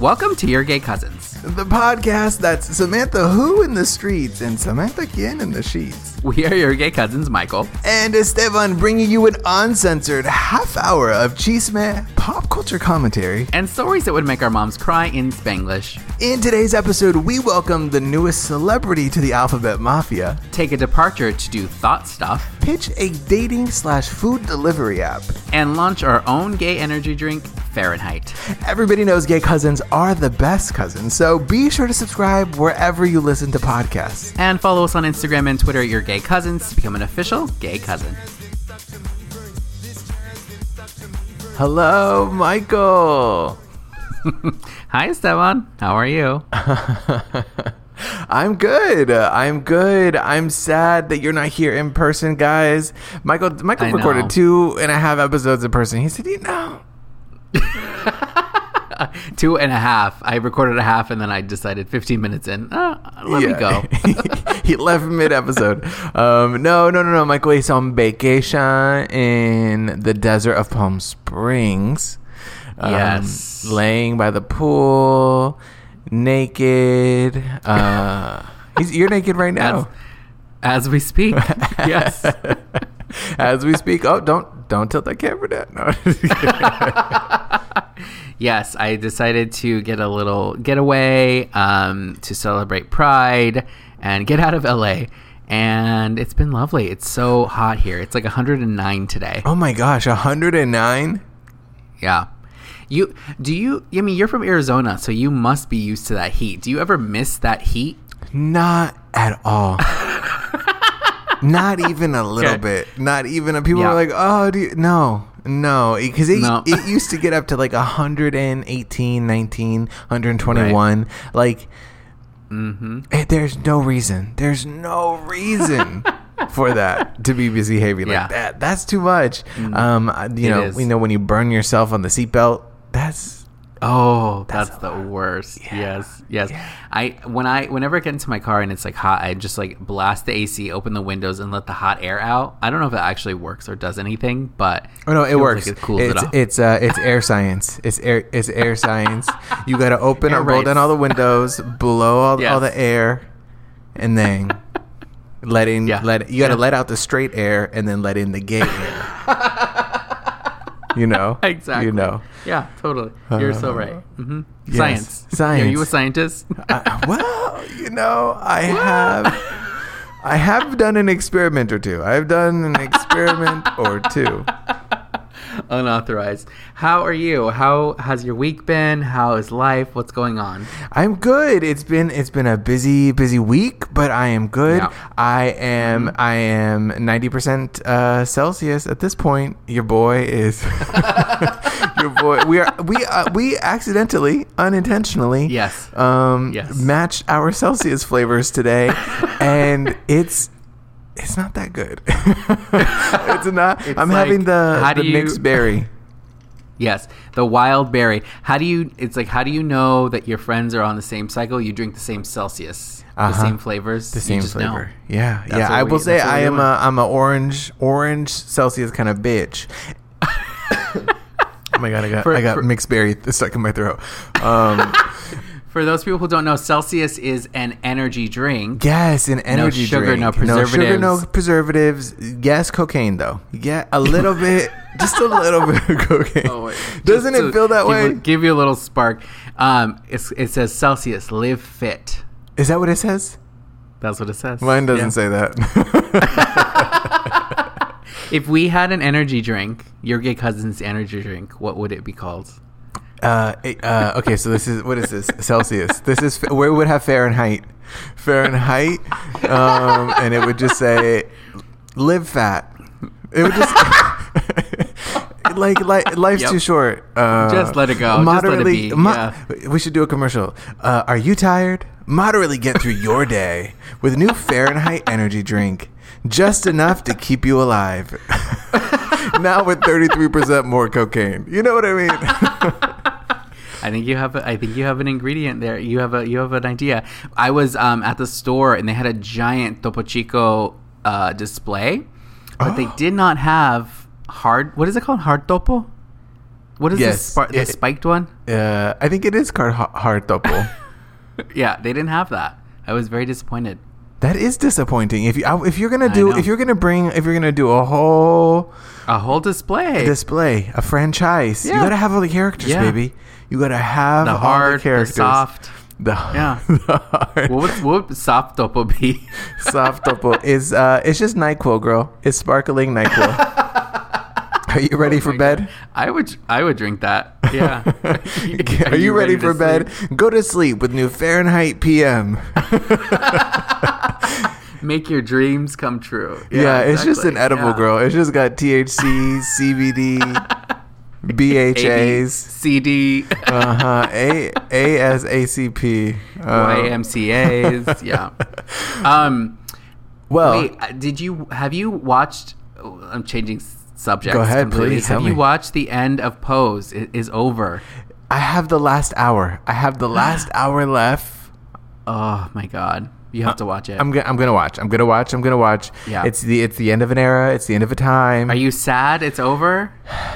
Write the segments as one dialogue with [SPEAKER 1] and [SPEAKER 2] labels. [SPEAKER 1] Welcome to Your Gay Cousins.
[SPEAKER 2] The podcast that's Samantha Who in the streets and Samantha Kin in the sheets.
[SPEAKER 1] We are your gay cousins, Michael.
[SPEAKER 2] And Esteban bringing you an uncensored half hour of chisme pop culture commentary.
[SPEAKER 1] And stories that would make our moms cry in Spanglish.
[SPEAKER 2] In today's episode, we welcome the newest celebrity to the Alphabet Mafia,
[SPEAKER 1] Take a departure to do thought stuff
[SPEAKER 2] pitch a dating slash food delivery app.
[SPEAKER 1] and launch our own gay energy drink, Fahrenheit.
[SPEAKER 2] Everybody knows gay cousins are the best cousins, so be sure to subscribe wherever you listen to podcasts.
[SPEAKER 1] And follow us on Instagram and Twitter at Your Gay Cousins to become an official gay cousin.
[SPEAKER 2] Hello, Michael.
[SPEAKER 1] Hi, Esteban. How are you?
[SPEAKER 2] I'm good. Uh, I'm good. I'm sad that you're not here in person, guys. Michael Michael
[SPEAKER 1] I know.
[SPEAKER 2] recorded two and a half episodes in person. He said, you know,
[SPEAKER 1] Two and a half. I recorded a half and then I decided 15 minutes in. Uh, let me go.
[SPEAKER 2] he left mid episode. Um, no, no, no, no. Michael is on vacation in the desert of Palm Springs. Um,
[SPEAKER 1] Yes.
[SPEAKER 2] Laying by the pool, naked. Uh, he's, you're naked right now.
[SPEAKER 1] As we speak. yes.
[SPEAKER 2] As we speak. Oh, don't don't tilt that camera down. No.
[SPEAKER 1] Yes, I decided to get a little getaway um, to celebrate Pride and get out of LA. And it's been lovely. It's so hot here. It's like 109 today.
[SPEAKER 2] oh my gosh, 109.
[SPEAKER 1] Yeah. You do you? I mean, you're from Arizona, so you must be used to that heat. Do you ever miss that heat?
[SPEAKER 2] Not at all. Not even a little
[SPEAKER 1] Okay.
[SPEAKER 2] bit. Not even. A, people
[SPEAKER 1] Yeah.
[SPEAKER 2] are like, oh, do you? no, no, because it,
[SPEAKER 1] No.
[SPEAKER 2] it used to get up to like 118, 19, 121. Like,
[SPEAKER 1] Mm-hmm.
[SPEAKER 2] eh, there's no reason. There's no reason. For that to be misbehaving like
[SPEAKER 1] Yeah. Mm-hmm.
[SPEAKER 2] that, that's too much. Um, I- you
[SPEAKER 1] It
[SPEAKER 2] know,
[SPEAKER 1] is.
[SPEAKER 2] we know when you burn yourself on the seatbelt, that's
[SPEAKER 1] Oh, that's,
[SPEAKER 2] That's
[SPEAKER 1] the worst. Yes, yes.
[SPEAKER 2] Yeah.
[SPEAKER 1] I when I whenever I get into my car and it's like hot, I just like blast the AC, open the windows, and let the hot air out. I don't know if it actually works or does anything, but
[SPEAKER 2] Oh no, it
[SPEAKER 1] feels
[SPEAKER 2] works.
[SPEAKER 1] Like it cools
[SPEAKER 2] it's
[SPEAKER 1] it off.
[SPEAKER 2] it's uh, it's air science. It's air it's air science. You gotta open
[SPEAKER 1] Air
[SPEAKER 2] up, roll
[SPEAKER 1] race.
[SPEAKER 2] down all the windows, blow all, all
[SPEAKER 1] Yes.
[SPEAKER 2] the air, and then let in
[SPEAKER 1] Yeah.
[SPEAKER 2] let you gotta
[SPEAKER 1] Yeah.
[SPEAKER 2] let out the straight air and then let in the gay air. you know
[SPEAKER 1] exactly.
[SPEAKER 2] You know.
[SPEAKER 1] Yeah, totally. You're so
[SPEAKER 2] Uh,
[SPEAKER 1] right. hmm
[SPEAKER 2] yes.
[SPEAKER 1] Science. Are you a
[SPEAKER 2] Science.
[SPEAKER 1] scientist?
[SPEAKER 2] I, well, you know, I have. I have done an experiment or two. I've done an experiment or two.
[SPEAKER 1] Unauthorized. How are you? How has your week been? How is life? What's going on?
[SPEAKER 2] I'm good. It's been it's been a busy busy week, but I am good.
[SPEAKER 1] Yeah. Mm-hmm.
[SPEAKER 2] I am I am ninety percent uh, Celsius at this point. Your boy is your boy. We are we uh, we accidentally unintentionally
[SPEAKER 1] Yes.
[SPEAKER 2] um
[SPEAKER 1] Yes.
[SPEAKER 2] matched our Celsius flavors today, and it's. It's not that good. it's not.
[SPEAKER 1] It's
[SPEAKER 2] I'm
[SPEAKER 1] like,
[SPEAKER 2] having the,
[SPEAKER 1] how
[SPEAKER 2] the
[SPEAKER 1] do you-
[SPEAKER 2] mixed berry.
[SPEAKER 1] Yes, the wild berry. How do you? It's like how do you know that your friends are on the same cycle? You drink the same Celsius, the
[SPEAKER 2] Uh-huh.
[SPEAKER 1] same flavors,
[SPEAKER 2] the
[SPEAKER 1] you
[SPEAKER 2] same
[SPEAKER 1] just know.
[SPEAKER 2] flavor. Yeah,
[SPEAKER 1] That's
[SPEAKER 2] yeah.
[SPEAKER 1] what
[SPEAKER 2] I
[SPEAKER 1] we-
[SPEAKER 2] will say
[SPEAKER 1] that's what
[SPEAKER 2] I
[SPEAKER 1] we're
[SPEAKER 2] am
[SPEAKER 1] doing.
[SPEAKER 2] a I'm a orange orange Celsius kind of bitch. oh my god, I got
[SPEAKER 1] For-
[SPEAKER 2] I got
[SPEAKER 1] for-
[SPEAKER 2] mixed berry th- stuck in my throat. Um,
[SPEAKER 1] For those people who don't know, Celsius is an energy drink.
[SPEAKER 2] yes, an energy
[SPEAKER 1] sugar,
[SPEAKER 2] drink.
[SPEAKER 1] no
[SPEAKER 2] No sugar, no
[SPEAKER 1] preservatives.
[SPEAKER 2] preservatives. Yes, cocaine though. Yeah, a little bit, just a little bit of cocaine. Doesn't
[SPEAKER 1] Just
[SPEAKER 2] it
[SPEAKER 1] to
[SPEAKER 2] feel that
[SPEAKER 1] give,
[SPEAKER 2] way?
[SPEAKER 1] Give you a little spark. Um, it's, it says Celsius, live fit.
[SPEAKER 2] Is that what it says?
[SPEAKER 1] That's what it says.
[SPEAKER 2] Mine doesn't
[SPEAKER 1] Yeah.
[SPEAKER 2] say that.
[SPEAKER 1] If we had an energy drink, your gay cousin's energy drink, what would it be called?
[SPEAKER 2] Uh, it- uh, okay, so this is what is this Celsius? This is where we would have Fahrenheit, Fahrenheit, um, and it would just say live fat. It would just like like life's
[SPEAKER 1] Yep.
[SPEAKER 2] too short. Uh,
[SPEAKER 1] Just let it go. Just let it
[SPEAKER 2] Moderately,
[SPEAKER 1] be.
[SPEAKER 2] we should do a commercial. Uh, are you tired? Moderately get through your day with new Fahrenheit energy drink, just enough to keep you alive. now with thirty three percent more cocaine. You know what I mean.
[SPEAKER 1] I think you have. A, I think you have an ingredient there. You have a. You have an idea. I was um, at the store and they had a giant Topo Chico uh,
[SPEAKER 2] Oh.
[SPEAKER 1] display, but they did not have hard. What is it called? Hard topo. What is
[SPEAKER 2] Yes,
[SPEAKER 1] this? Spa- the
[SPEAKER 2] it-
[SPEAKER 1] spiked one?
[SPEAKER 2] Uh, I think it is called ha- hard double.
[SPEAKER 1] Yeah, they didn't have that. I was very disappointed.
[SPEAKER 2] that is disappointing. If you I- if you're gonna
[SPEAKER 1] I
[SPEAKER 2] do
[SPEAKER 1] know.
[SPEAKER 2] if you're gonna bring if you're gonna do a whole
[SPEAKER 1] A whole display.
[SPEAKER 2] display a franchise, you
[SPEAKER 1] Yeah.
[SPEAKER 2] gotta have all the characters,
[SPEAKER 1] Yeah.
[SPEAKER 2] baby. You gotta have
[SPEAKER 1] the
[SPEAKER 2] all
[SPEAKER 1] hard,
[SPEAKER 2] the
[SPEAKER 1] the,
[SPEAKER 2] characters.
[SPEAKER 1] soft.
[SPEAKER 2] The,
[SPEAKER 1] Yeah.
[SPEAKER 2] the hard.
[SPEAKER 1] What would, what would soft topo be?
[SPEAKER 2] Soft double is uh, it's just Nyquil, girl. It's sparkling Nyquil. Are you ready for bed?
[SPEAKER 1] I would I would drink that. Oh Yeah.
[SPEAKER 2] Are, you, ready, for
[SPEAKER 1] to
[SPEAKER 2] bed?
[SPEAKER 1] sleep?
[SPEAKER 2] Go to sleep with new Fahrenheit PM.
[SPEAKER 1] Make your dreams come true.
[SPEAKER 2] Yeah, it's just an
[SPEAKER 1] exactly.
[SPEAKER 2] edible,
[SPEAKER 1] Yeah.
[SPEAKER 2] girl. It's just got THC, CBD,
[SPEAKER 1] AB,
[SPEAKER 2] BHAs,
[SPEAKER 1] CD,
[SPEAKER 2] uh huh, A ASACP, um,
[SPEAKER 1] YMCA's. yeah. Um.
[SPEAKER 2] Well,
[SPEAKER 1] Wait, uh, did you have you watched? oh, I'm changing s- subjects.
[SPEAKER 2] Go ahead,
[SPEAKER 1] completely.
[SPEAKER 2] please,
[SPEAKER 1] Have
[SPEAKER 2] tell
[SPEAKER 1] you
[SPEAKER 2] me.
[SPEAKER 1] watched the end of Pose? It is over.
[SPEAKER 2] I have the last hour. I have the last hour left.
[SPEAKER 1] Oh my god, you have to watch it.
[SPEAKER 2] I'm gonna, I'm gonna watch. I'm gonna watch. I'm gonna watch.
[SPEAKER 1] Yeah.
[SPEAKER 2] It's the it's the end of an era. It's the end of a time.
[SPEAKER 1] Are you sad? It's over.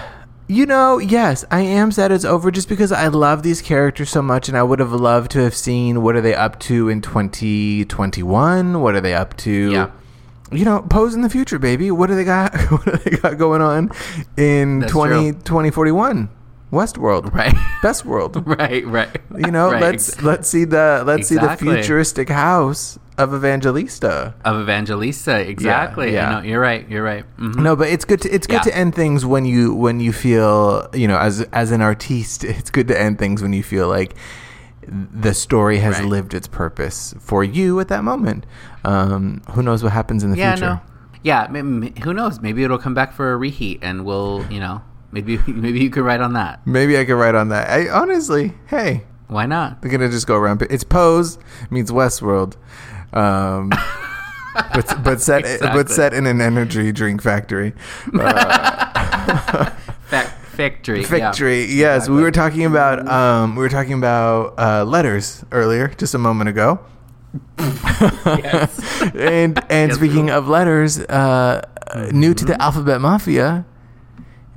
[SPEAKER 2] You know, yes, I am sad it's over just because I love these characters so much and I would have loved to have seen what are they up to in 2021? What are they up to?
[SPEAKER 1] Yeah.
[SPEAKER 2] You know, pose in the future, baby. What do they got what do they got going on in
[SPEAKER 1] That's
[SPEAKER 2] 20,
[SPEAKER 1] true.
[SPEAKER 2] 2041? Westworld.
[SPEAKER 1] Right.
[SPEAKER 2] Best world.
[SPEAKER 1] right. Right.
[SPEAKER 2] You know,
[SPEAKER 1] Right,
[SPEAKER 2] let's
[SPEAKER 1] ex-
[SPEAKER 2] let's see the let's see
[SPEAKER 1] Exactly.
[SPEAKER 2] the futuristic house of Evangelista.
[SPEAKER 1] of Evangelista. Exactly.
[SPEAKER 2] yeah.
[SPEAKER 1] I know. You're right. You're right. Mhm.
[SPEAKER 2] No, but it's good to it's good
[SPEAKER 1] Yeah.
[SPEAKER 2] to end things when you when you feel you know as as an artiste, it's good to end things when you feel like the story has
[SPEAKER 1] Right.
[SPEAKER 2] lived its purpose for you at that moment. Um, who knows what happens in the
[SPEAKER 1] yeah.
[SPEAKER 2] future?
[SPEAKER 1] No. Yeah. m- m- Who knows? Maybe it'll come back for a reheat, and we'll. You know. Maybe. Maybe you could write on that.
[SPEAKER 2] Maybe I could write on that. I honestly, hey,
[SPEAKER 1] Why not?
[SPEAKER 2] they're gonna just go around. It's Pose meets Westworld, um, but but set but
[SPEAKER 1] Exactly.
[SPEAKER 2] set in an energy drink factory. Uh,
[SPEAKER 1] Fact. Victory.
[SPEAKER 2] Victory. Yes, we were talking about um, we were talking about uh, letters earlier, just a moment ago.
[SPEAKER 1] Yes.
[SPEAKER 2] and
[SPEAKER 1] Yes,
[SPEAKER 2] and
[SPEAKER 1] we Mm-hmm.
[SPEAKER 2] speaking of letters, uh, uh, new to the alphabet mafia,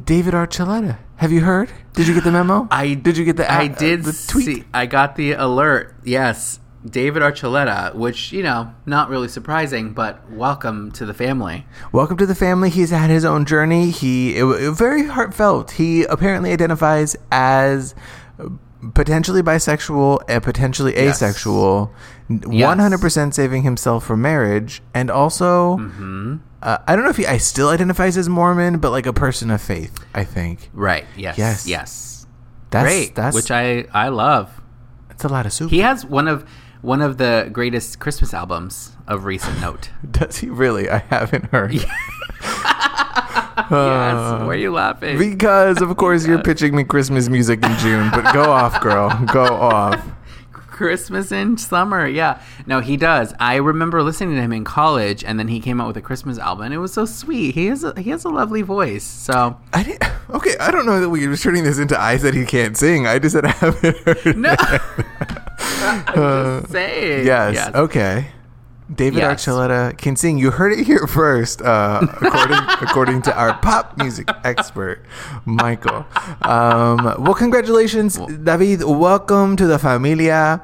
[SPEAKER 2] David Archuleta. Have you heard? Did you get the memo?
[SPEAKER 1] I
[SPEAKER 2] did. You get the
[SPEAKER 1] I
[SPEAKER 2] uh,
[SPEAKER 1] did
[SPEAKER 2] the tweet.
[SPEAKER 1] see. I got the alert. Yes, David Archuleta, which you know, not really surprising, but welcome to the family.
[SPEAKER 2] Welcome to the family. He's had his own journey. He it, wa- it, very heartfelt. He apparently identifies as uh, potentially bisexual and potentially
[SPEAKER 1] Yes.
[SPEAKER 2] asexual.
[SPEAKER 1] Yes.
[SPEAKER 2] One hundred percent saving himself from marriage, and also
[SPEAKER 1] Mm-hmm.
[SPEAKER 2] uh, I don't know if he I still identifies as Mormon, but like a person of faith. I think
[SPEAKER 1] Right. Yes. Yes.
[SPEAKER 2] Yes.
[SPEAKER 1] Yes.
[SPEAKER 2] that's
[SPEAKER 1] Great.
[SPEAKER 2] that's
[SPEAKER 1] which I I love.
[SPEAKER 2] that's a lot of soup.
[SPEAKER 1] He has one of one of the greatest Christmas albums of recent note.
[SPEAKER 2] Does he really? I haven't heard.
[SPEAKER 1] yes.
[SPEAKER 2] Uh,
[SPEAKER 1] Why are you laughing?
[SPEAKER 2] Because of course you're pitching me Christmas music in June, but go off, girl, go off.
[SPEAKER 1] Christmas in summer, yeah. No, he does. I remember listening to him in college, and then he came out with a Christmas album, and it was so sweet. He has a, he has a lovely voice. So
[SPEAKER 2] I didn't, okay, I don't know that we were turning this into I said he can't sing. I just said I haven't heard. Uh,
[SPEAKER 1] No.
[SPEAKER 2] that.
[SPEAKER 1] I'm just saying.
[SPEAKER 2] Uh, yes, oh, Okay. David
[SPEAKER 1] Yes.
[SPEAKER 2] Archuleta can sing. You heard it here first, uh, according according to our pop music expert, Michael. Um, well, congratulations, David. Welcome to the familia.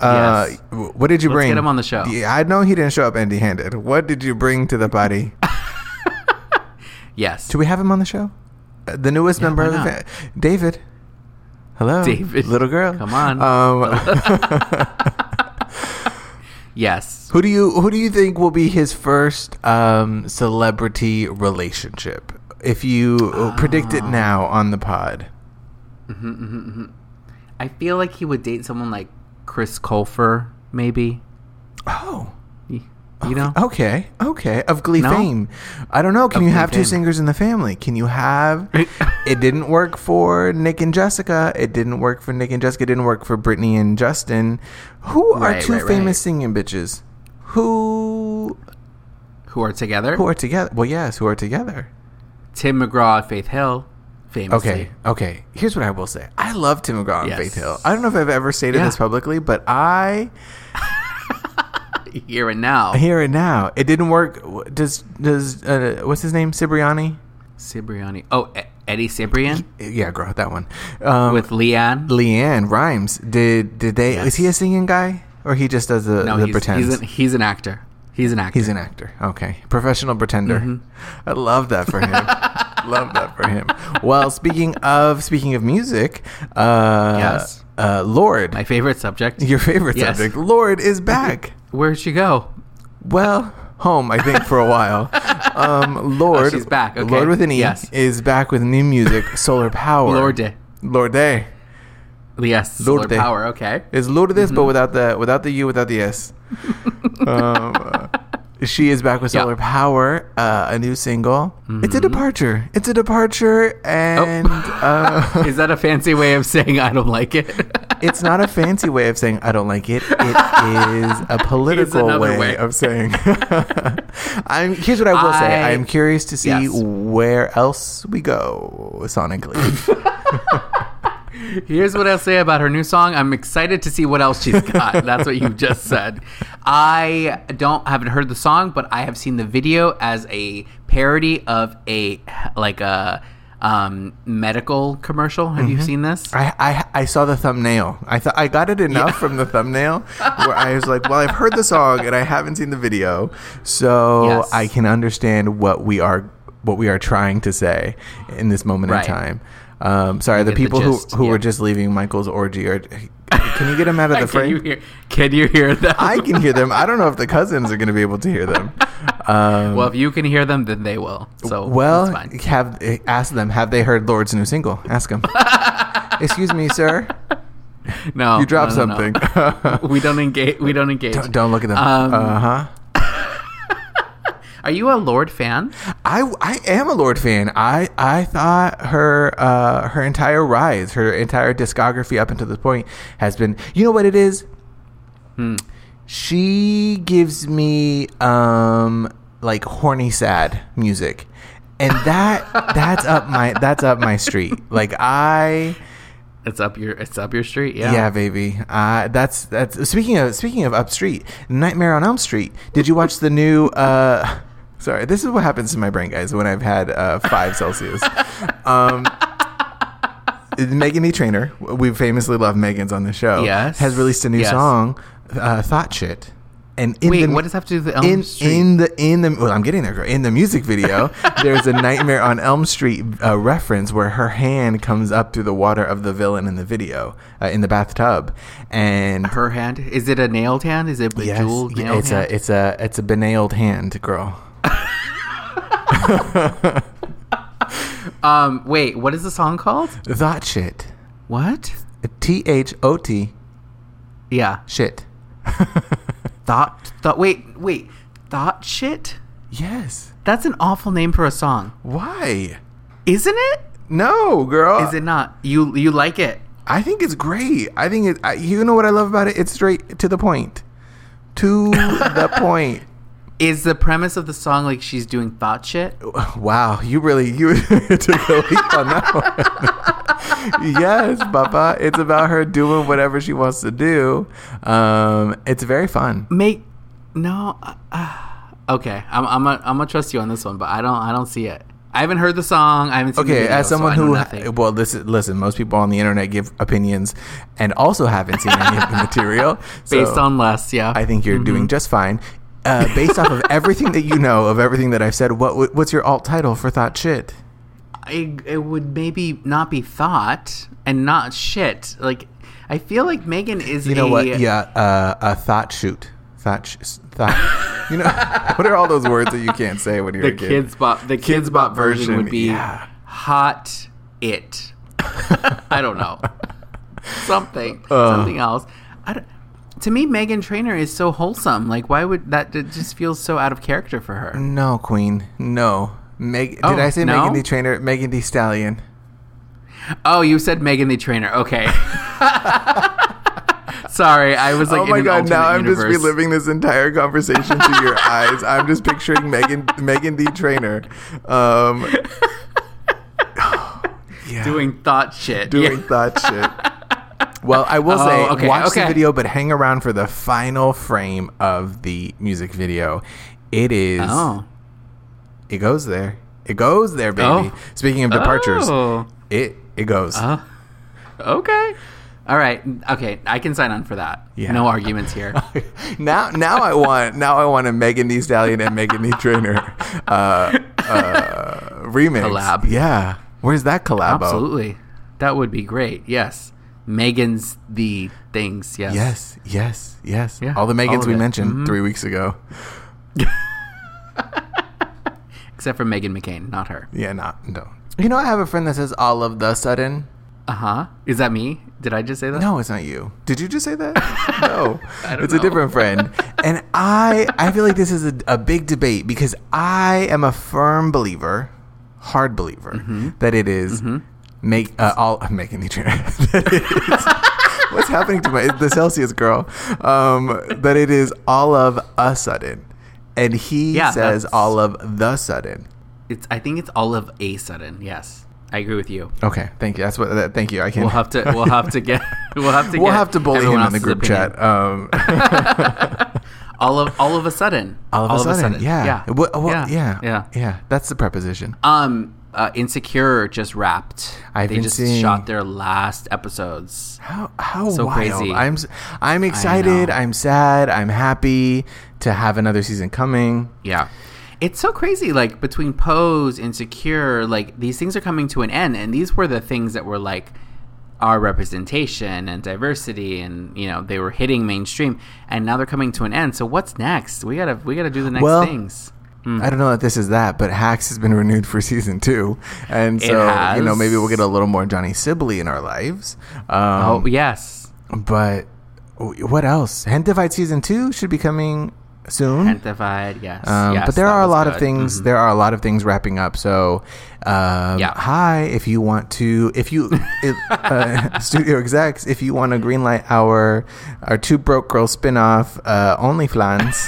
[SPEAKER 2] Uh,
[SPEAKER 1] Yes.
[SPEAKER 2] w- What did you
[SPEAKER 1] Let's
[SPEAKER 2] bring?
[SPEAKER 1] get him on the show.
[SPEAKER 2] Yeah, I know he didn't show up empty-handed. What did you bring to the party?
[SPEAKER 1] Yes.
[SPEAKER 2] Do we have him on the show? Uh, The newest member
[SPEAKER 1] why
[SPEAKER 2] of the
[SPEAKER 1] not?
[SPEAKER 2] fa- David. Hello,
[SPEAKER 1] David.
[SPEAKER 2] little girl.
[SPEAKER 1] Come on.
[SPEAKER 2] Um,
[SPEAKER 1] yes.
[SPEAKER 2] who do you who do you think will be his first um, celebrity relationship? If you uh, predict it now on the pod,
[SPEAKER 1] Mm-hmm, I feel like he would date someone like Chris Colfer, maybe.
[SPEAKER 2] oh,
[SPEAKER 1] You know?
[SPEAKER 2] okay, okay, of Glee
[SPEAKER 1] No?
[SPEAKER 2] fame. I don't know. Can
[SPEAKER 1] Of
[SPEAKER 2] you
[SPEAKER 1] Glee
[SPEAKER 2] have two
[SPEAKER 1] fame.
[SPEAKER 2] singers in the family? Can you have? it didn't work for Nick and Jessica. It didn't work for Nick and Jessica. It didn't work for Brittany and Justin. Who are
[SPEAKER 1] Right,
[SPEAKER 2] two
[SPEAKER 1] right, right.
[SPEAKER 2] famous singing bitches? Who
[SPEAKER 1] Who are together?
[SPEAKER 2] who are together? Well, yes, who are together.
[SPEAKER 1] Tim McGraw, Faith Hill, famously.
[SPEAKER 2] Okay, okay. Here's what I will say. I love Tim McGraw and
[SPEAKER 1] Yes.
[SPEAKER 2] Faith Hill. I don't know if I've ever stated
[SPEAKER 1] Yeah.
[SPEAKER 2] this publicly, but I
[SPEAKER 1] Here and now.
[SPEAKER 2] hear it now. It didn't work. Does does uh, what's his name? Cibriani.
[SPEAKER 1] Cibriani. Oh, e- Eddie Cibrian
[SPEAKER 2] Yeah, girl, that one. Um,
[SPEAKER 1] with Leanne.
[SPEAKER 2] Leanne Rhymes. Did did they?
[SPEAKER 1] Yes.
[SPEAKER 2] Is he a singing guy, or he just does the,
[SPEAKER 1] No,
[SPEAKER 2] the
[SPEAKER 1] he's,
[SPEAKER 2] pretends?
[SPEAKER 1] he's an, he's an actor. He's an actor.
[SPEAKER 2] He's an actor. Okay. Professional pretender.
[SPEAKER 1] Mm-hmm.
[SPEAKER 2] I love that for him. love that for him. Well, speaking of speaking of music, uh
[SPEAKER 1] Yes.
[SPEAKER 2] uh Lord,
[SPEAKER 1] My favorite subject.
[SPEAKER 2] your favorite
[SPEAKER 1] Yes.
[SPEAKER 2] subject, Lord is back.
[SPEAKER 1] Where'd she go?
[SPEAKER 2] well, home, I think for a while. Um Lord
[SPEAKER 1] Oh, she's back, okay.
[SPEAKER 2] Lord with an E
[SPEAKER 1] Yes.
[SPEAKER 2] is back with new music, Solar Power.
[SPEAKER 1] Lorde.
[SPEAKER 2] Lorde.
[SPEAKER 1] Yes. Solar
[SPEAKER 2] Lorde.
[SPEAKER 1] Power. Okay.
[SPEAKER 2] It's Lourdes,
[SPEAKER 1] Mm-hmm.
[SPEAKER 2] but without the without the U, without the S. um, uh, she is back with
[SPEAKER 1] Yeah. Mm-hmm.
[SPEAKER 2] Solar Power, uh, a new single. It's a departure. It's a departure,
[SPEAKER 1] Oh.
[SPEAKER 2] and uh,
[SPEAKER 1] Is that a fancy way of saying I don't like it?
[SPEAKER 2] it's not a fancy way of saying I don't like it. It is a political
[SPEAKER 1] another
[SPEAKER 2] way,
[SPEAKER 1] way.
[SPEAKER 2] of saying. I'm here's what I will say.
[SPEAKER 1] I-
[SPEAKER 2] I'm curious to see
[SPEAKER 1] Yes.
[SPEAKER 2] where else we go sonically.
[SPEAKER 1] Here's what I'll say about her new song. I'm excited to see what else she's got. That's what you just said. I don't haven't heard the song, but I have seen the video as a parody of a like a um, medical commercial. Have
[SPEAKER 2] Mm-hmm.
[SPEAKER 1] you seen this?
[SPEAKER 2] I, I I saw the thumbnail. I thought I got it enough from the thumbnail where I was like, well, I've heard the song and I haven't seen the video, so
[SPEAKER 1] Yes.
[SPEAKER 2] I can understand what we are what we are trying to say in this moment
[SPEAKER 1] Right.
[SPEAKER 2] in time. Um, sorry, the
[SPEAKER 1] get the
[SPEAKER 2] people
[SPEAKER 1] gist,
[SPEAKER 2] who who
[SPEAKER 1] yeah.
[SPEAKER 2] were just leaving Michael's orgy are. Can you get him out of the
[SPEAKER 1] Can you
[SPEAKER 2] frame?
[SPEAKER 1] hear? Can you hear them?
[SPEAKER 2] I can hear them. I don't know if the cousins are going to be able to hear them. Um,
[SPEAKER 1] well, if you can hear them, then they will. So
[SPEAKER 2] well,
[SPEAKER 1] it's fine.
[SPEAKER 2] have ask them. Have they heard Lord's new single? Ask them. Excuse me, sir.
[SPEAKER 1] No,
[SPEAKER 2] You dropped
[SPEAKER 1] no, no, no.
[SPEAKER 2] something.
[SPEAKER 1] we don't engage. We don't engage.
[SPEAKER 2] Don't, don't look at them.
[SPEAKER 1] Um,
[SPEAKER 2] uh
[SPEAKER 1] Are you a Lord fan?
[SPEAKER 2] huh. I, I am a Lord fan. I I thought her uh, her entire rise, her entire discography up until this point has been. You know what it is? She gives me um like horny sad music, and that that's up my that's up my street. Like I.
[SPEAKER 1] It's up your. It's up your street. Yeah.
[SPEAKER 2] Yeah, baby. Uh, that's that's speaking of speaking of upstreet, Nightmare on Elm Street. Did you watch the new? Uh, sorry, this is what happens to my brain, guys, when I've had uh, five Celsius. Um, Megan E. Trainer, we famously love Megan's on the show.
[SPEAKER 1] Yes.
[SPEAKER 2] has released a new
[SPEAKER 1] Yes.
[SPEAKER 2] song, uh, "Thought Shit." And in
[SPEAKER 1] Wait,
[SPEAKER 2] the,
[SPEAKER 1] what does that have to do with the Elm
[SPEAKER 2] in,
[SPEAKER 1] Street?
[SPEAKER 2] in the in the well, I'm getting there. Girl. In the music video, there's a Nightmare on Elm Street uh, reference where her hand comes up through the water of the villain in the video uh, in the bathtub, and
[SPEAKER 1] Her hand. Is it a nailed hand? Is it
[SPEAKER 2] yes,
[SPEAKER 1] bejeweled
[SPEAKER 2] yeah,
[SPEAKER 1] nailed
[SPEAKER 2] it's
[SPEAKER 1] hand?
[SPEAKER 2] a it's a it's a benailed hand, girl.
[SPEAKER 1] um. Wait. What is the song called?
[SPEAKER 2] That shit,
[SPEAKER 1] What?
[SPEAKER 2] T H O T
[SPEAKER 1] Yeah.
[SPEAKER 2] shit.
[SPEAKER 1] Thought. Thought. Wait. Wait. Thought shit.
[SPEAKER 2] Yes.
[SPEAKER 1] That's an awful name for a song,
[SPEAKER 2] Why?
[SPEAKER 1] isn't it?
[SPEAKER 2] No, girl.
[SPEAKER 1] Is it not? You you like it?
[SPEAKER 2] I think it's great. I think it. I, you know what I love about it? It's straight to the point. To the point.
[SPEAKER 1] Is the premise of the song like she's doing thought shit?
[SPEAKER 2] Wow, you really you took a leap on that one. yes, Papa. It's about her doing whatever she wants to do. Um, it's very fun.
[SPEAKER 1] Make no. Uh, uh, okay, I'm I'm a, I'm gonna trust you on this one, but I don't I don't see it. I haven't heard the song. I haven't seen the
[SPEAKER 2] Okay,
[SPEAKER 1] video,
[SPEAKER 2] as
[SPEAKER 1] so
[SPEAKER 2] someone
[SPEAKER 1] I know
[SPEAKER 2] who
[SPEAKER 1] nothing.
[SPEAKER 2] well, this is, listen. Most people on the internet give opinions and also haven't seen any of the material. So
[SPEAKER 1] based on Mm-hmm. less, yeah.
[SPEAKER 2] I think you're doing just fine. Uh, based off of everything that you know of everything that I've said, what would- what's your alt title for thought shit?
[SPEAKER 1] I, it would maybe not be thought and not shit. Like, I feel like Megan is.
[SPEAKER 2] You know
[SPEAKER 1] a,
[SPEAKER 2] what? Yeah, uh, a thought shoot. Thought, sh- thought. you know, what are all those words that you can't say when you're
[SPEAKER 1] The
[SPEAKER 2] a kid?
[SPEAKER 1] kids bop. The kids bop version,
[SPEAKER 2] version,
[SPEAKER 1] would be
[SPEAKER 2] yeah.
[SPEAKER 1] hot. It. I don't know. Something.
[SPEAKER 2] Uh.
[SPEAKER 1] something else. I don't- to me, Megan Trainer is so wholesome. Like, why would that? It just feels so out of character for her.
[SPEAKER 2] No, Queen. No. Meg-
[SPEAKER 1] Oh,
[SPEAKER 2] did I say
[SPEAKER 1] no?
[SPEAKER 2] Megan the Trainer? Megan the Stallion.
[SPEAKER 1] Oh, you said Megan the Trainer. Okay. Sorry, I was like.
[SPEAKER 2] oh my
[SPEAKER 1] in an
[SPEAKER 2] God! Now
[SPEAKER 1] alternate
[SPEAKER 2] I'm just
[SPEAKER 1] universe.
[SPEAKER 2] reliving this entire conversation through your eyes. I'm just picturing Megan, Megan the Trainer, um, yeah,
[SPEAKER 1] doing thought shit.
[SPEAKER 2] doing
[SPEAKER 1] Yeah.
[SPEAKER 2] that shit. Well, I will
[SPEAKER 1] Oh,
[SPEAKER 2] say,
[SPEAKER 1] okay,
[SPEAKER 2] watch
[SPEAKER 1] okay.
[SPEAKER 2] the video, but hang around for the final frame of the music video. It is.
[SPEAKER 1] Oh.
[SPEAKER 2] It goes there. It It goes there, baby.
[SPEAKER 1] Oh.
[SPEAKER 2] Speaking of departures,
[SPEAKER 1] Oh.
[SPEAKER 2] it it goes.
[SPEAKER 1] Uh, okay. All right. Okay. I can sign on for that.
[SPEAKER 2] Yeah.
[SPEAKER 1] No arguments here.
[SPEAKER 2] now now I want now I want a Megan Thee Stallion and Megan Thee Trainer uh, uh, remix.
[SPEAKER 1] Collab.
[SPEAKER 2] Yeah. Where's that collab?
[SPEAKER 1] Absolutely. That would be great. Yes. Megan's the things. Yes.
[SPEAKER 2] Yes, yes, yes.
[SPEAKER 1] Yeah,
[SPEAKER 2] all the Megans
[SPEAKER 1] all of it.
[SPEAKER 2] we
[SPEAKER 1] Mm-hmm.
[SPEAKER 2] mentioned three weeks ago.
[SPEAKER 1] Except for Megan McCain, not her.
[SPEAKER 2] Yeah, not no. You know, I have a friend that says all of the sudden.
[SPEAKER 1] Uh huh. Is that me? Did I just say that?
[SPEAKER 2] No, it's not you. Did you just say that? No,
[SPEAKER 1] I don't
[SPEAKER 2] it's a
[SPEAKER 1] know.
[SPEAKER 2] different friend. And I, I feel like this is a, a big debate because I am a firm believer, hard believer,
[SPEAKER 1] Mm-hmm.
[SPEAKER 2] that it is make uh, all. I'm making the What's happening to my the Celsius girl? Um, that it is all of a sudden, and he
[SPEAKER 1] Yeah,
[SPEAKER 2] says
[SPEAKER 1] that's-
[SPEAKER 2] all of the sudden.
[SPEAKER 1] It's. I think it's all of a sudden. Yes. I agree with you.
[SPEAKER 2] Okay, thank you. That's what. That, thank you. I can.
[SPEAKER 1] We'll have to. We'll have to get. We'll have to.
[SPEAKER 2] We'll
[SPEAKER 1] get
[SPEAKER 2] have to bully him
[SPEAKER 1] everyone
[SPEAKER 2] in the
[SPEAKER 1] else's
[SPEAKER 2] group
[SPEAKER 1] opinion.
[SPEAKER 2] chat. Um,
[SPEAKER 1] All of. All of a sudden.
[SPEAKER 2] all of, a, sudden, Yeah.
[SPEAKER 1] Yeah.
[SPEAKER 2] What- what- yeah.
[SPEAKER 1] Yeah.
[SPEAKER 2] Yeah. That's the preposition.
[SPEAKER 1] Um. Uh, Insecure just wrapped.
[SPEAKER 2] I've
[SPEAKER 1] they
[SPEAKER 2] been
[SPEAKER 1] just
[SPEAKER 2] seeing-
[SPEAKER 1] shot their last episodes.
[SPEAKER 2] How how
[SPEAKER 1] So
[SPEAKER 2] wild.
[SPEAKER 1] crazy.
[SPEAKER 2] I'm s- I'm excited.
[SPEAKER 1] know.
[SPEAKER 2] I'm sad. I'm happy to have another season coming.
[SPEAKER 1] Yeah. It's so crazy, like between Pose, Insecure, like these things are coming to an end, and these were the things that were like our representation and diversity, and you know they were hitting mainstream, and now they're coming to an end. So what's next? We gotta we gotta do the next
[SPEAKER 2] Well,
[SPEAKER 1] things.
[SPEAKER 2] I don't know that this is that, but Hacks has been renewed for season two, and
[SPEAKER 1] It
[SPEAKER 2] so you know
[SPEAKER 1] has.
[SPEAKER 2] maybe we'll get a little more Johnny Sibley in our lives. Um,
[SPEAKER 1] oh yes,
[SPEAKER 2] But w- what else? Hentified season two should be coming soon.
[SPEAKER 1] identified. Yes,
[SPEAKER 2] Um,
[SPEAKER 1] yes,
[SPEAKER 2] but there
[SPEAKER 1] that
[SPEAKER 2] are a
[SPEAKER 1] was
[SPEAKER 2] lot of
[SPEAKER 1] good.
[SPEAKER 2] things.
[SPEAKER 1] Mhm.
[SPEAKER 2] There are a lot of things wrapping up. So, um,
[SPEAKER 1] Yeah.
[SPEAKER 2] hi, if you want to, if you, if, uh, studio execs, if you want to greenlight our our two broke girls spinoff, uh, OnlyFlans,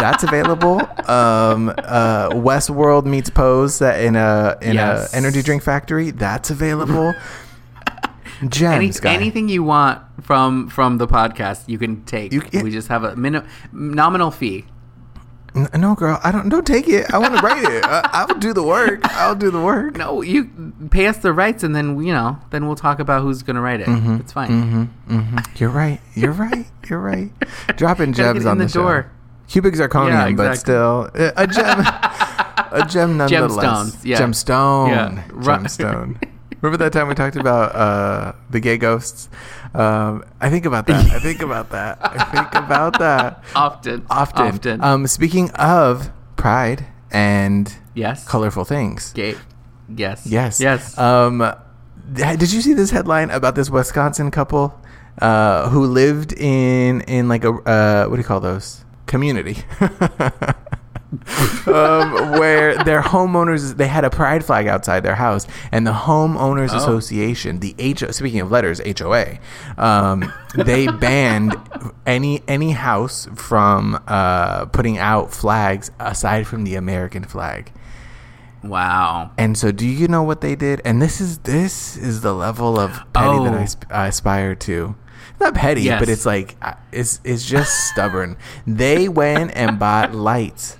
[SPEAKER 2] that's available. Um, uh, Westworld meets Pose set in a in
[SPEAKER 1] Yes.
[SPEAKER 2] a energy drink factory. That's available. Gems,
[SPEAKER 1] Any,
[SPEAKER 2] guy.
[SPEAKER 1] anything you want from from the podcast, you can take.
[SPEAKER 2] You- yeah.
[SPEAKER 1] we just have a min- nominal fee.
[SPEAKER 2] N- No, girl, I don't. Don't take it. I want to write it. I, I'll do the work. I'll do the work.
[SPEAKER 1] No, you pay us the rights, and then you know, then we'll talk about who's gonna write it.
[SPEAKER 2] Mm-hmm.
[SPEAKER 1] It's fine.
[SPEAKER 2] hmm You're right. You're right. You're right. Dropping
[SPEAKER 1] Gotta get
[SPEAKER 2] gems
[SPEAKER 1] in
[SPEAKER 2] on
[SPEAKER 1] the
[SPEAKER 2] the,
[SPEAKER 1] door.
[SPEAKER 2] door. Cubic zirconium,
[SPEAKER 1] Yeah,
[SPEAKER 2] but
[SPEAKER 1] exactly.
[SPEAKER 2] still uh, a gem. a gem nonetheless.
[SPEAKER 1] Gemstones, yeah.
[SPEAKER 2] Gemstone.
[SPEAKER 1] Yeah, right.
[SPEAKER 2] Gemstone. Remember that time we talked about uh, the gay ghosts? Um, I think about that. I think about that. I think about that
[SPEAKER 1] Often,
[SPEAKER 2] often.
[SPEAKER 1] often.
[SPEAKER 2] Um, speaking of pride and
[SPEAKER 1] yes.
[SPEAKER 2] colorful things.
[SPEAKER 1] Gay. Yes.
[SPEAKER 2] Yes.
[SPEAKER 1] Yes.
[SPEAKER 2] Um, th- did you see this headline about this Wisconsin couple uh, who lived in in like a uh, what do you call those community? um, where their homeowners they had a pride flag outside their house and the homeowners
[SPEAKER 1] Oh.
[SPEAKER 2] association the HO speaking of letters HOA um, they banned any any house from uh, putting out flags aside from the American flag
[SPEAKER 1] wow.
[SPEAKER 2] and so, do you know what they did? And this is this is the level of petty that
[SPEAKER 1] Oh.
[SPEAKER 2] I, sp- I aspire to. Not petty,
[SPEAKER 1] Yes.
[SPEAKER 2] but it's like I- it's it's just stubborn. They went and bought lights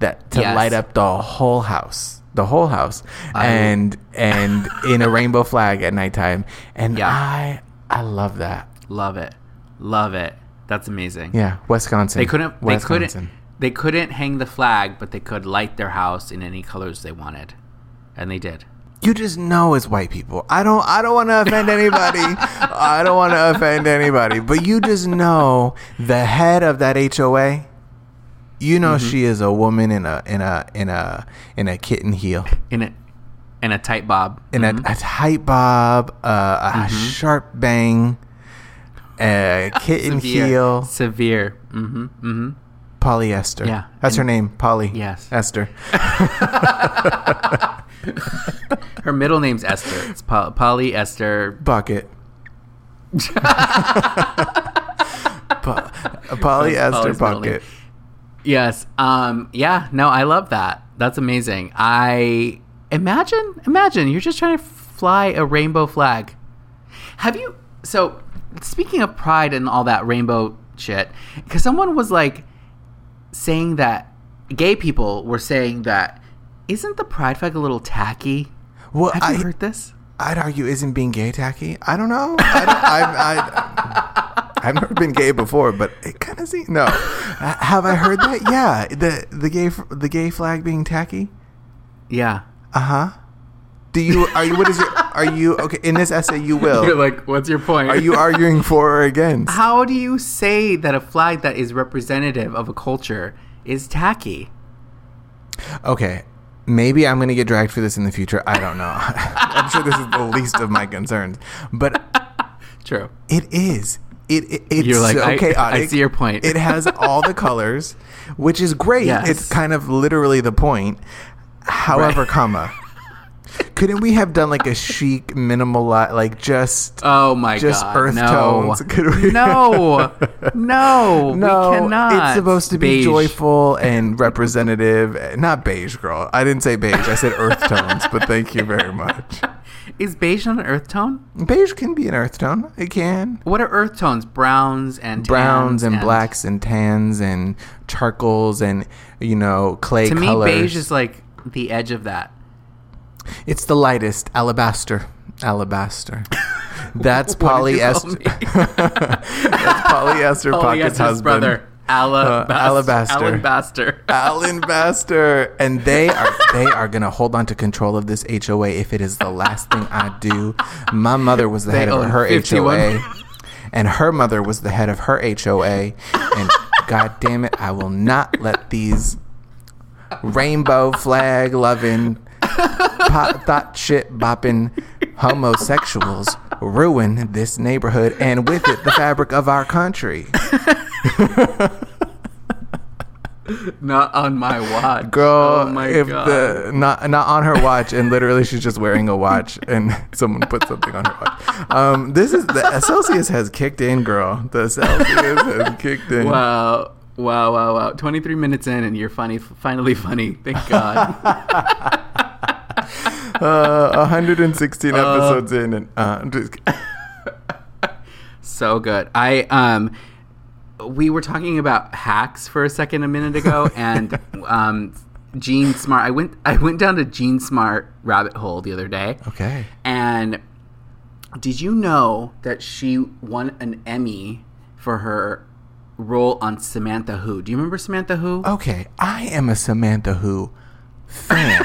[SPEAKER 2] that to
[SPEAKER 1] Yes.
[SPEAKER 2] light up the whole house, the whole house,
[SPEAKER 1] I-
[SPEAKER 2] and and in a rainbow flag at nighttime. And
[SPEAKER 1] Yeah.
[SPEAKER 2] I I love that.
[SPEAKER 1] Love it. Love it. That's amazing.
[SPEAKER 2] Yeah, Wisconsin.
[SPEAKER 1] They couldn't. They couldn't.
[SPEAKER 2] Wisconsin.
[SPEAKER 1] They couldn't hang the flag, but they could light their house in any colors they wanted, and they did.
[SPEAKER 2] You just know it's white people. I don't I don't want to offend anybody. I don't want to offend anybody, but you just know the head of that HOA. You know
[SPEAKER 1] Mm-hmm.
[SPEAKER 2] she is a woman in a in a in a in a kitten heel.
[SPEAKER 1] In a, in a tight bob.
[SPEAKER 2] In a, a tight bob, uh, a
[SPEAKER 1] Mm-hmm.
[SPEAKER 2] sharp bang, a kitten
[SPEAKER 1] severe,
[SPEAKER 2] heel,
[SPEAKER 1] Severe. Mm-hmm. Mm-hmm.
[SPEAKER 2] polyester.
[SPEAKER 1] Yeah.
[SPEAKER 2] That's her name, Polly.
[SPEAKER 1] Yes.
[SPEAKER 2] Esther.
[SPEAKER 1] Her middle name's Esther. It's po- Polly Esther.
[SPEAKER 2] Bucket. po- a polyester
[SPEAKER 1] Polly's middle name.
[SPEAKER 2] uh, bucket.
[SPEAKER 1] Yes. Um. Yeah. No. I love that. That's amazing. I imagine. Imagine you're just trying to fly a rainbow flag. Have you? So speaking of pride and all that rainbow shit, because someone was like saying that gay people were saying that Isn't the pride flag a little tacky?
[SPEAKER 2] Well,
[SPEAKER 1] Have you
[SPEAKER 2] I,
[SPEAKER 1] heard this?
[SPEAKER 2] I'd argue isn't being gay tacky. I don't know. I don't, I've, I've, I've never been gay before, but it kind of seems no. Uh, Have I heard that? Yeah, the the gay f- the gay flag being tacky.
[SPEAKER 1] Yeah.
[SPEAKER 2] Uh huh. Do you are you what is your are you okay in this essay? You
[SPEAKER 1] You're
[SPEAKER 2] will.
[SPEAKER 1] like, what's your point?
[SPEAKER 2] Are you arguing for or against?
[SPEAKER 1] How do you say that a flag that is representative of a culture is tacky? Ah.
[SPEAKER 2] Okay. Maybe I'm going to get dragged for this in the future. I don't know. I'm sure this is the least of my concerns, but
[SPEAKER 1] True.
[SPEAKER 2] it is. It, it it's
[SPEAKER 1] You're like,
[SPEAKER 2] so
[SPEAKER 1] I-
[SPEAKER 2] chaotic.
[SPEAKER 1] I see your point.
[SPEAKER 2] it has all the colors, which is great.
[SPEAKER 1] Yes.
[SPEAKER 2] It's kind of literally the point. However,
[SPEAKER 1] Right.
[SPEAKER 2] comma. Couldn't we have done like a chic, minimal, li- like just
[SPEAKER 1] Oh my
[SPEAKER 2] Just
[SPEAKER 1] god.
[SPEAKER 2] earth
[SPEAKER 1] no.
[SPEAKER 2] tones. Could we-
[SPEAKER 1] No. No.
[SPEAKER 2] no?
[SPEAKER 1] We cannot.
[SPEAKER 2] It's supposed to be
[SPEAKER 1] Beige.
[SPEAKER 2] joyful and representative. Not beige, girl. I didn't say beige. I said earth tones. but thank you very much.
[SPEAKER 1] Is beige not an earth tone?
[SPEAKER 2] Beige can be an earth tone. It can.
[SPEAKER 1] What are earth tones? Browns and tans
[SPEAKER 2] Browns and, blacks and tans and charcoals and you know clay
[SPEAKER 1] To
[SPEAKER 2] colors.
[SPEAKER 1] me, beige is like the edge of that.
[SPEAKER 2] it's the lightest alabaster. Alabaster. That's
[SPEAKER 1] What did you call
[SPEAKER 2] polyester.
[SPEAKER 1] me?
[SPEAKER 2] That's polyester pocket's
[SPEAKER 1] Polyester's
[SPEAKER 2] husband. Uh,
[SPEAKER 1] brother. Alabaster.
[SPEAKER 2] alabaster.
[SPEAKER 1] Alabaster.
[SPEAKER 2] Alan Baster, and they are they are gonna hold on to control of this HOA if it is the last thing I do. My mother was the head of
[SPEAKER 1] own
[SPEAKER 2] her
[SPEAKER 1] 51
[SPEAKER 2] HOA, and her mother was the head of her HOA, and God damn it, I will not let these rainbow flag loving, pop thought shit bopping homosexuals ruin this neighborhood and with it the fabric of our country.
[SPEAKER 1] Not on my watch.
[SPEAKER 2] girl
[SPEAKER 1] Oh my
[SPEAKER 2] if
[SPEAKER 1] god.
[SPEAKER 2] the not not on her watch and literally she's just wearing a watch and someone put something on her watch um this is the celsius has kicked in girl the celsius has kicked in
[SPEAKER 1] Wow. Wow, wow, wow. 23 minutes in and you're funny, finally funny. Thank God.
[SPEAKER 2] uh 116 episodes in and uh I'm just-
[SPEAKER 1] so good. I, um, we were talking about hacks for a second a minute ago and, um, Gene Smart. I went, I went down to Gene Smart rabbit hole the other day.
[SPEAKER 2] okay
[SPEAKER 1] And did you know that she won an Emmy for her role on Samantha Who? Do you remember Samantha Who?
[SPEAKER 2] okay i am a samantha who fan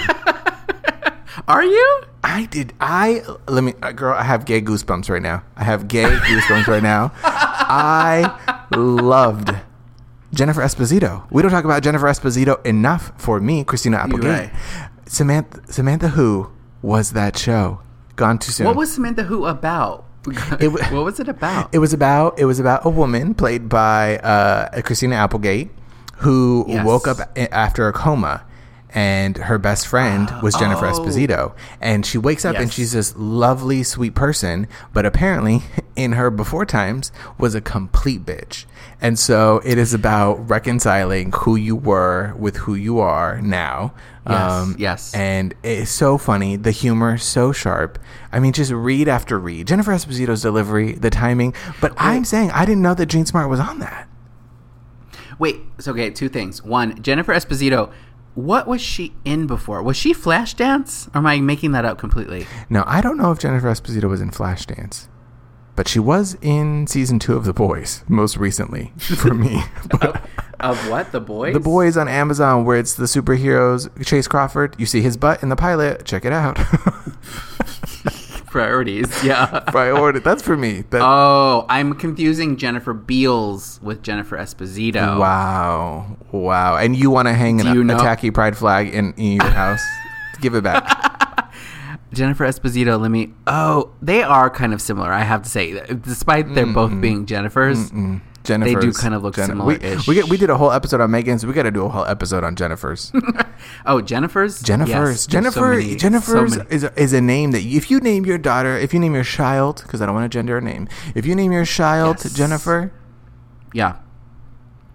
[SPEAKER 1] Are you?
[SPEAKER 2] I did. I let me, uh, girl. I have gay goosebumps right now. I have gay goosebumps right now. I loved Jennifer Esposito. We don't talk about Jennifer Esposito enough for me. Christina
[SPEAKER 1] right.
[SPEAKER 2] Applegate, Samantha. Samantha, who was that show? Gone too soon.
[SPEAKER 1] What was Samantha Who about?
[SPEAKER 2] It wa-
[SPEAKER 1] what was it about?
[SPEAKER 2] It was about it was about a woman played by uh, Christina Applegate who
[SPEAKER 1] Yes.
[SPEAKER 2] woke up a- after a coma and her best friend was Jennifer
[SPEAKER 1] Oh.
[SPEAKER 2] Esposito and she wakes up and
[SPEAKER 1] Yes.
[SPEAKER 2] she's this lovely sweet person but apparently in her before times was a complete bitch. And so it is about reconciling who you were with who you are now.
[SPEAKER 1] Yes, yes.
[SPEAKER 2] Um, And it's so funny. The humor, so sharp. I mean, just read after read. Jennifer Esposito's delivery, the timing. But I'm saying I didn't know that Gene Smart was on that.
[SPEAKER 1] Wait, so okay, two things. One, Jennifer Esposito, what was she in before? Was she Flashdance? Or am I making that up completely?
[SPEAKER 2] Now, I don't know if Jennifer Esposito was in Flashdance, but she was in season two of The Boys, most recently for me. But
[SPEAKER 1] Of what? The boys?
[SPEAKER 2] the Boys on Amazon, where it's the superheroes, Chase Crawford. You see his butt in the pilot. Check it out.
[SPEAKER 1] Priorities, yeah.
[SPEAKER 2] Priority. That's for me. That,
[SPEAKER 1] oh, I'm confusing Jennifer Beals with Jennifer Esposito.
[SPEAKER 2] Wow. Wow. And you want to hang an,
[SPEAKER 1] Oh. you know-
[SPEAKER 2] a tacky pride flag in, in your house? Give it back.
[SPEAKER 1] Jennifer Esposito, let me. Oh, they are kind of similar, I have to say. Despite they're both being Jennifers.
[SPEAKER 2] Jennifer's.
[SPEAKER 1] kind of look
[SPEAKER 2] We,
[SPEAKER 1] similar-ish.
[SPEAKER 2] we, get, we did a whole episode on Megan's. We got to do a whole episode on Jennifer's.
[SPEAKER 1] Oh, Jennifer's?
[SPEAKER 2] Jennifer's.
[SPEAKER 1] Yes, there's so
[SPEAKER 2] Jennifer.
[SPEAKER 1] many- so
[SPEAKER 2] Jennifer's
[SPEAKER 1] many.
[SPEAKER 2] is, is a name that you, if you name your daughter, if you name your child, because I don't want to gender a name, if you name your child
[SPEAKER 1] Yes.
[SPEAKER 2] Jennifer,
[SPEAKER 1] Yeah.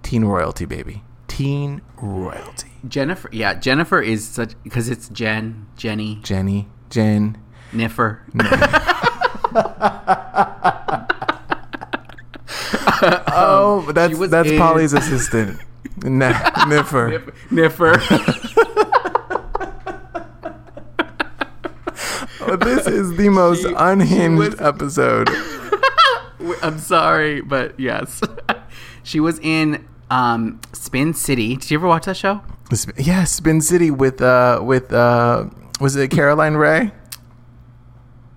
[SPEAKER 2] teen royalty, baby. Teen royalty.
[SPEAKER 1] Jennifer. Yeah, Jennifer is such. Because it's Jen, Jenny,
[SPEAKER 2] Jenny. Jen.
[SPEAKER 1] Niffer.
[SPEAKER 2] Oh, that's
[SPEAKER 1] was
[SPEAKER 2] that's
[SPEAKER 1] in-
[SPEAKER 2] Polly's assistant. Nah, Niffer.
[SPEAKER 1] Niffer.
[SPEAKER 2] But this is the most
[SPEAKER 1] She- she
[SPEAKER 2] unhinged
[SPEAKER 1] was-
[SPEAKER 2] episode.
[SPEAKER 1] W- I'm sorry, but yes. she was in um, Spin City. Did you ever watch that show?
[SPEAKER 2] Sp- Yeah, Spin City with uh with uh was it Caroline Ray?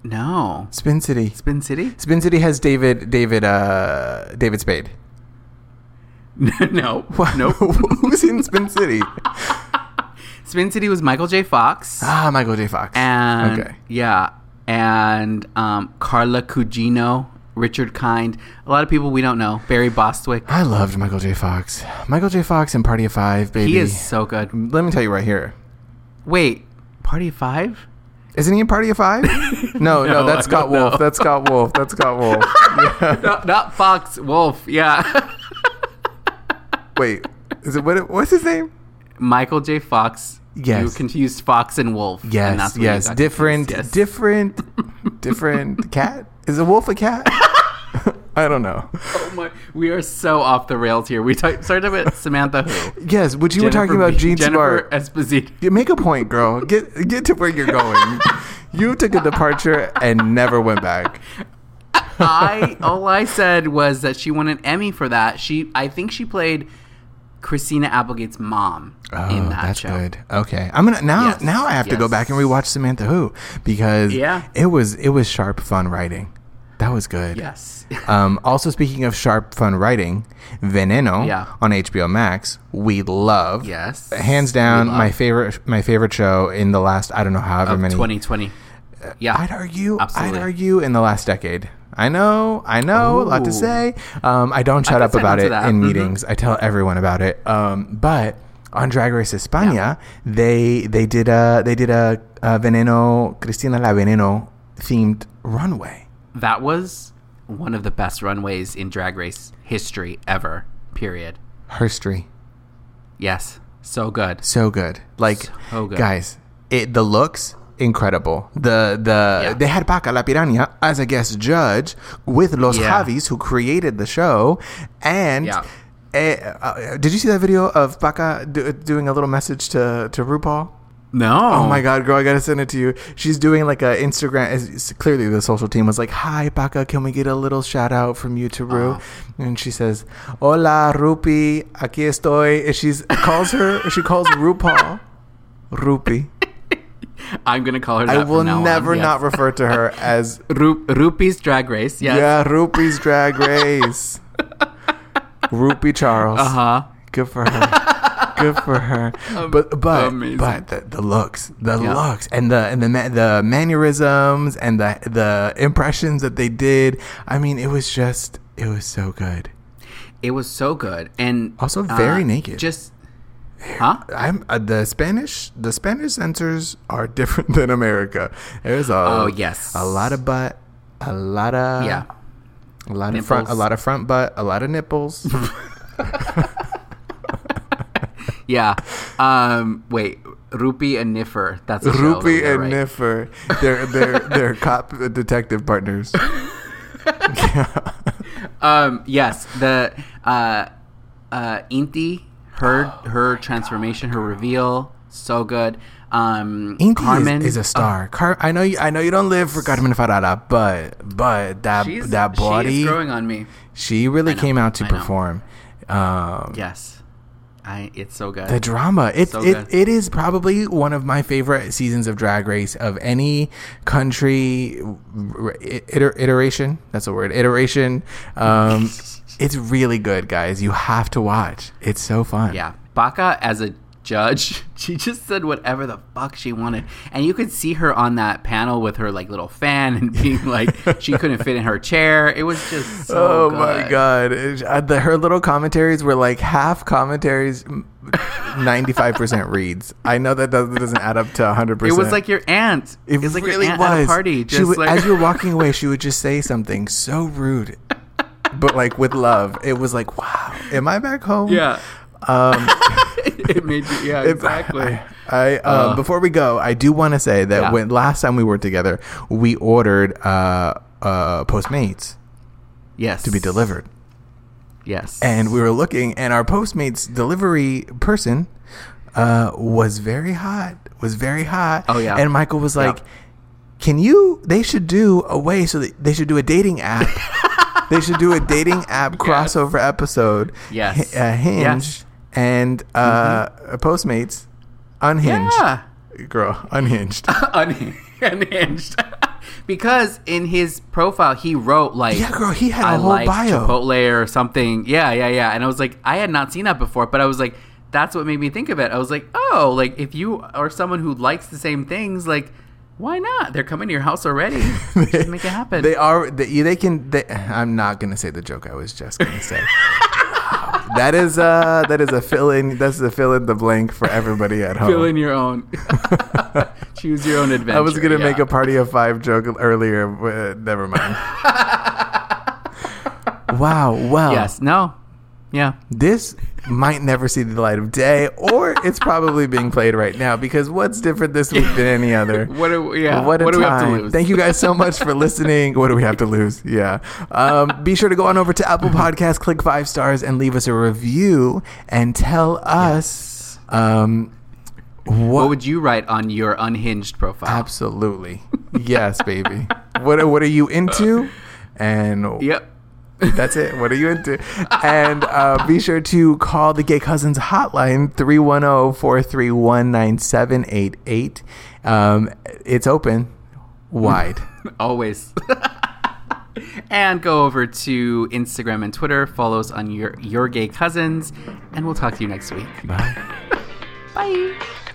[SPEAKER 1] No.
[SPEAKER 2] Spin City.
[SPEAKER 1] Spin City?
[SPEAKER 2] Spin City has David David uh David Spade.
[SPEAKER 1] no. Nope.
[SPEAKER 2] Who's in Spin City?
[SPEAKER 1] Spin City was Michael J. Fox.
[SPEAKER 2] Ah, Michael J. Fox.
[SPEAKER 1] And
[SPEAKER 2] okay.
[SPEAKER 1] yeah. And um, Carla Cugino, Richard Kind. A lot of people we don't know. Barry Bostwick.
[SPEAKER 2] I loved Michael J. Fox. Michael J. Fox and Party of Five, baby.
[SPEAKER 1] He is so good.
[SPEAKER 2] Let me tell you right here.
[SPEAKER 1] Wait, Party of Five?
[SPEAKER 2] Isn't he in Party of Five? No, no,
[SPEAKER 1] No, I
[SPEAKER 2] that's Scott
[SPEAKER 1] don't know.
[SPEAKER 2] Wolf. That's Scott Wolf. That's Scott Wolf. Yeah.
[SPEAKER 1] No, not Fox, Wolf. Yeah.
[SPEAKER 2] Wait, is it what? What's his name?
[SPEAKER 1] Michael J. Fox.
[SPEAKER 2] Yes.
[SPEAKER 1] You confused Fox and Wolf. and
[SPEAKER 2] Yes,
[SPEAKER 1] that's when you
[SPEAKER 2] yes,
[SPEAKER 1] got
[SPEAKER 2] different,
[SPEAKER 1] confused, yes.
[SPEAKER 2] different, different cat. Is a wolf a cat? I don't know.
[SPEAKER 1] Oh my, we are so off the rails here. We talk, started with Samantha Who.
[SPEAKER 2] Yes, what you were talking
[SPEAKER 1] Jennifer
[SPEAKER 2] about,
[SPEAKER 1] B-
[SPEAKER 2] Gene
[SPEAKER 1] Jennifer
[SPEAKER 2] Smart.
[SPEAKER 1] Esposito.
[SPEAKER 2] Yeah, Make a point, girl. Get get to where you're going. you took a departure and never went back.
[SPEAKER 1] I all I said was that she won an Emmy for that. She I think she played Christina Applegate's mom in that
[SPEAKER 2] Oh, that's
[SPEAKER 1] show.
[SPEAKER 2] good. Okay, I'm gonna now.
[SPEAKER 1] Yes,
[SPEAKER 2] Now I have to go
[SPEAKER 1] yes.
[SPEAKER 2] back and rewatch Samantha Who because
[SPEAKER 1] Yeah.
[SPEAKER 2] it was it was sharp, fun writing. That was good.
[SPEAKER 1] Yes.
[SPEAKER 2] Um, also, speaking of sharp, fun writing, Veneno
[SPEAKER 1] Yeah.
[SPEAKER 2] on HBO Max, we love.
[SPEAKER 1] Yes.
[SPEAKER 2] hands down, my favorite, my favorite show in the last I don't know however many. Uh,
[SPEAKER 1] 2020. Yeah.
[SPEAKER 2] I'd argue.
[SPEAKER 1] Absolutely.
[SPEAKER 2] I'd argue in the last decade. I know. I know. A lot
[SPEAKER 1] Ooh.
[SPEAKER 2] to say. Um, I don't shut
[SPEAKER 1] can
[SPEAKER 2] up
[SPEAKER 1] sign
[SPEAKER 2] about
[SPEAKER 1] on to
[SPEAKER 2] it
[SPEAKER 1] that.
[SPEAKER 2] in
[SPEAKER 1] Mhm.
[SPEAKER 2] meetings. I tell everyone about it. Um, but on Drag Race España, they they did a they did a, a Veneno Cristina la Veneno themed runway.
[SPEAKER 1] that was one of the best runways in drag race history ever. Period.
[SPEAKER 2] Herstory.
[SPEAKER 1] Yes. So good.
[SPEAKER 2] so good. Like
[SPEAKER 1] So good.
[SPEAKER 2] guys, it the looks incredible. The the
[SPEAKER 1] Yeah.
[SPEAKER 2] they had Paca La Piranha as a guest judge with Los
[SPEAKER 1] Yeah.
[SPEAKER 2] Javis who created the show and
[SPEAKER 1] Yeah.
[SPEAKER 2] eh, uh, did you see that video of Paca do, doing a little message to to RuPaul?
[SPEAKER 1] No.
[SPEAKER 2] Oh my god, girl, I gotta send it to you. She's doing like a Instagram. it's- it's- Clearly, the social team was like, "Hi, Paca, can we get a little shout out from you to Ru?"
[SPEAKER 1] Oh.
[SPEAKER 2] And she says, "Hola, Rupi, aquí estoy." And she's calls her. she calls RuPaul Rupi.
[SPEAKER 1] I'm gonna call her. That
[SPEAKER 2] I
[SPEAKER 1] from
[SPEAKER 2] will
[SPEAKER 1] now on,
[SPEAKER 2] never
[SPEAKER 1] yes.
[SPEAKER 2] not refer to her as
[SPEAKER 1] Ru- Rupee's Drag Race. Yes.
[SPEAKER 2] yeah Rupi's Drag Race. Rupi Charles.
[SPEAKER 1] Uh huh.
[SPEAKER 2] Good for her. Good for her. But but
[SPEAKER 1] amazing.
[SPEAKER 2] but the, the looks, the
[SPEAKER 1] Yeah.
[SPEAKER 2] looks, and the and the ma- the mannerisms and the the impressions that they did. I mean, it was just it was so good.
[SPEAKER 1] It was so good and uh,
[SPEAKER 2] Also very naked.
[SPEAKER 1] Just huh?
[SPEAKER 2] I'm uh, the Spanish. The Spanish censors are different than America. There's a
[SPEAKER 1] Oh, yes.
[SPEAKER 2] a lot of butt, a lot of
[SPEAKER 1] yeah.
[SPEAKER 2] a lot of front, a
[SPEAKER 1] Nipples.
[SPEAKER 2] lot of front butt, a lot of nipples.
[SPEAKER 1] Yeah. Um. Wait. Rupi and Niffer. That's a show that we
[SPEAKER 2] Rupi
[SPEAKER 1] got
[SPEAKER 2] and
[SPEAKER 1] right.
[SPEAKER 2] Niffer, they're they're they're cop detective partners. yeah.
[SPEAKER 1] Um. Yes. The uh, uh, Inti. Her her transformation. Her reveal. So good. Um.
[SPEAKER 2] Inti is-
[SPEAKER 1] Carmen
[SPEAKER 2] is, a star. Car- I know you. I know you don't live for Carmen Farada, but but that
[SPEAKER 1] She's,
[SPEAKER 2] that
[SPEAKER 1] She
[SPEAKER 2] body,
[SPEAKER 1] is
[SPEAKER 2] she,
[SPEAKER 1] growing on me. know,
[SPEAKER 2] really came out to
[SPEAKER 1] I know.
[SPEAKER 2] perform. Um,
[SPEAKER 1] Yes. I. It's so good.
[SPEAKER 2] The drama. It,
[SPEAKER 1] So
[SPEAKER 2] it,
[SPEAKER 1] good.
[SPEAKER 2] it is probably one of my favorite seasons of Drag Race of any country r- iter, iteration. That's a word. Iteration. Um, it's really good, guys. You have to watch. It's so fun.
[SPEAKER 1] Yeah. Baca as a judge, she just said whatever the fuck she wanted. And you could see her on that panel with her like little fan and being like she couldn't fit in her chair. It was just so
[SPEAKER 2] Oh my
[SPEAKER 1] good.
[SPEAKER 2] god! It- uh, the, her little commentaries were like half commentaries, ninety-five percent reads. I know that doesn't doesn't add up to hundred
[SPEAKER 1] It
[SPEAKER 2] percent.
[SPEAKER 1] was like your aunt. It, was like your aunt at a party.
[SPEAKER 2] she
[SPEAKER 1] Just
[SPEAKER 2] would,
[SPEAKER 1] like
[SPEAKER 2] as you're walking away, she would just say something so rude, but like with love. It was like, wow, am I back home?
[SPEAKER 1] Yeah.
[SPEAKER 2] Um,
[SPEAKER 1] it made you yeah,
[SPEAKER 2] if-
[SPEAKER 1] exactly.
[SPEAKER 2] I, I, um, before we go, I do want to say that
[SPEAKER 1] Yeah.
[SPEAKER 2] when last time we were together, we ordered uh, uh, Postmates
[SPEAKER 1] yes.
[SPEAKER 2] to be delivered,
[SPEAKER 1] Yes.
[SPEAKER 2] and we were looking, and our Postmates delivery person uh, was very hot. Was very hot.
[SPEAKER 1] Oh, yeah.
[SPEAKER 2] And Michael was
[SPEAKER 1] Yeah.
[SPEAKER 2] like, Can you? They should do a way so that they should do a dating app. they should do a dating app crossover episode.
[SPEAKER 1] Yes.
[SPEAKER 2] Hi- uh, Hinge
[SPEAKER 1] Yes. Mm-hmm.
[SPEAKER 2] and uh, Postmates. Unhinged.
[SPEAKER 1] Yeah.
[SPEAKER 2] Girl, unhinged.
[SPEAKER 1] Un- unhinged. because in his profile, he wrote like,
[SPEAKER 2] Yeah, girl, he had a
[SPEAKER 1] I
[SPEAKER 2] whole
[SPEAKER 1] like
[SPEAKER 2] bio.
[SPEAKER 1] Chipotle or something. Yeah, yeah, yeah. And I was like, I had not seen that before, but I was like, that's what made me think of it. I was like, oh, like if you are someone who likes the same things, like why not? They're coming to your house already. Just make it happen.
[SPEAKER 2] They are. They, they can. They, I'm not gonna say the joke. I was just gonna say. that is uh that is a fill in. That's a fill in the blank for everybody at home.
[SPEAKER 1] Fill in your own. Choose your own adventure.
[SPEAKER 2] I was gonna
[SPEAKER 1] yeah.
[SPEAKER 2] make a party of five joke earlier. But, uh, never mind. wow. Wow.
[SPEAKER 1] Yes. No. Yeah.
[SPEAKER 2] This might never see the light of day, or it's probably being played right now because what's different this week than any other?
[SPEAKER 1] What? Are, yeah.
[SPEAKER 2] What a
[SPEAKER 1] do we have
[SPEAKER 2] time.
[SPEAKER 1] to lose?
[SPEAKER 2] Thank you guys so much for listening. what do we have to lose? Yeah. Um, be sure to go on over to
[SPEAKER 1] Mm-hmm.
[SPEAKER 2] Apple Podcasts, click five stars, and leave us a review and tell us um, what,
[SPEAKER 1] What would you write on your unhinged profile?
[SPEAKER 2] Absolutely. Yes, baby. what, are- what are you into? And
[SPEAKER 1] Yep.
[SPEAKER 2] that's it. What are you into? And uh, be sure to call the Gay Cousins hotline, oh, 310 431 9788. Um, It's open wide.
[SPEAKER 1] Always. and go over to Instagram and Twitter. Follow us on your your gay cousins, and we'll talk to you next week.
[SPEAKER 2] Bye.
[SPEAKER 1] Bye.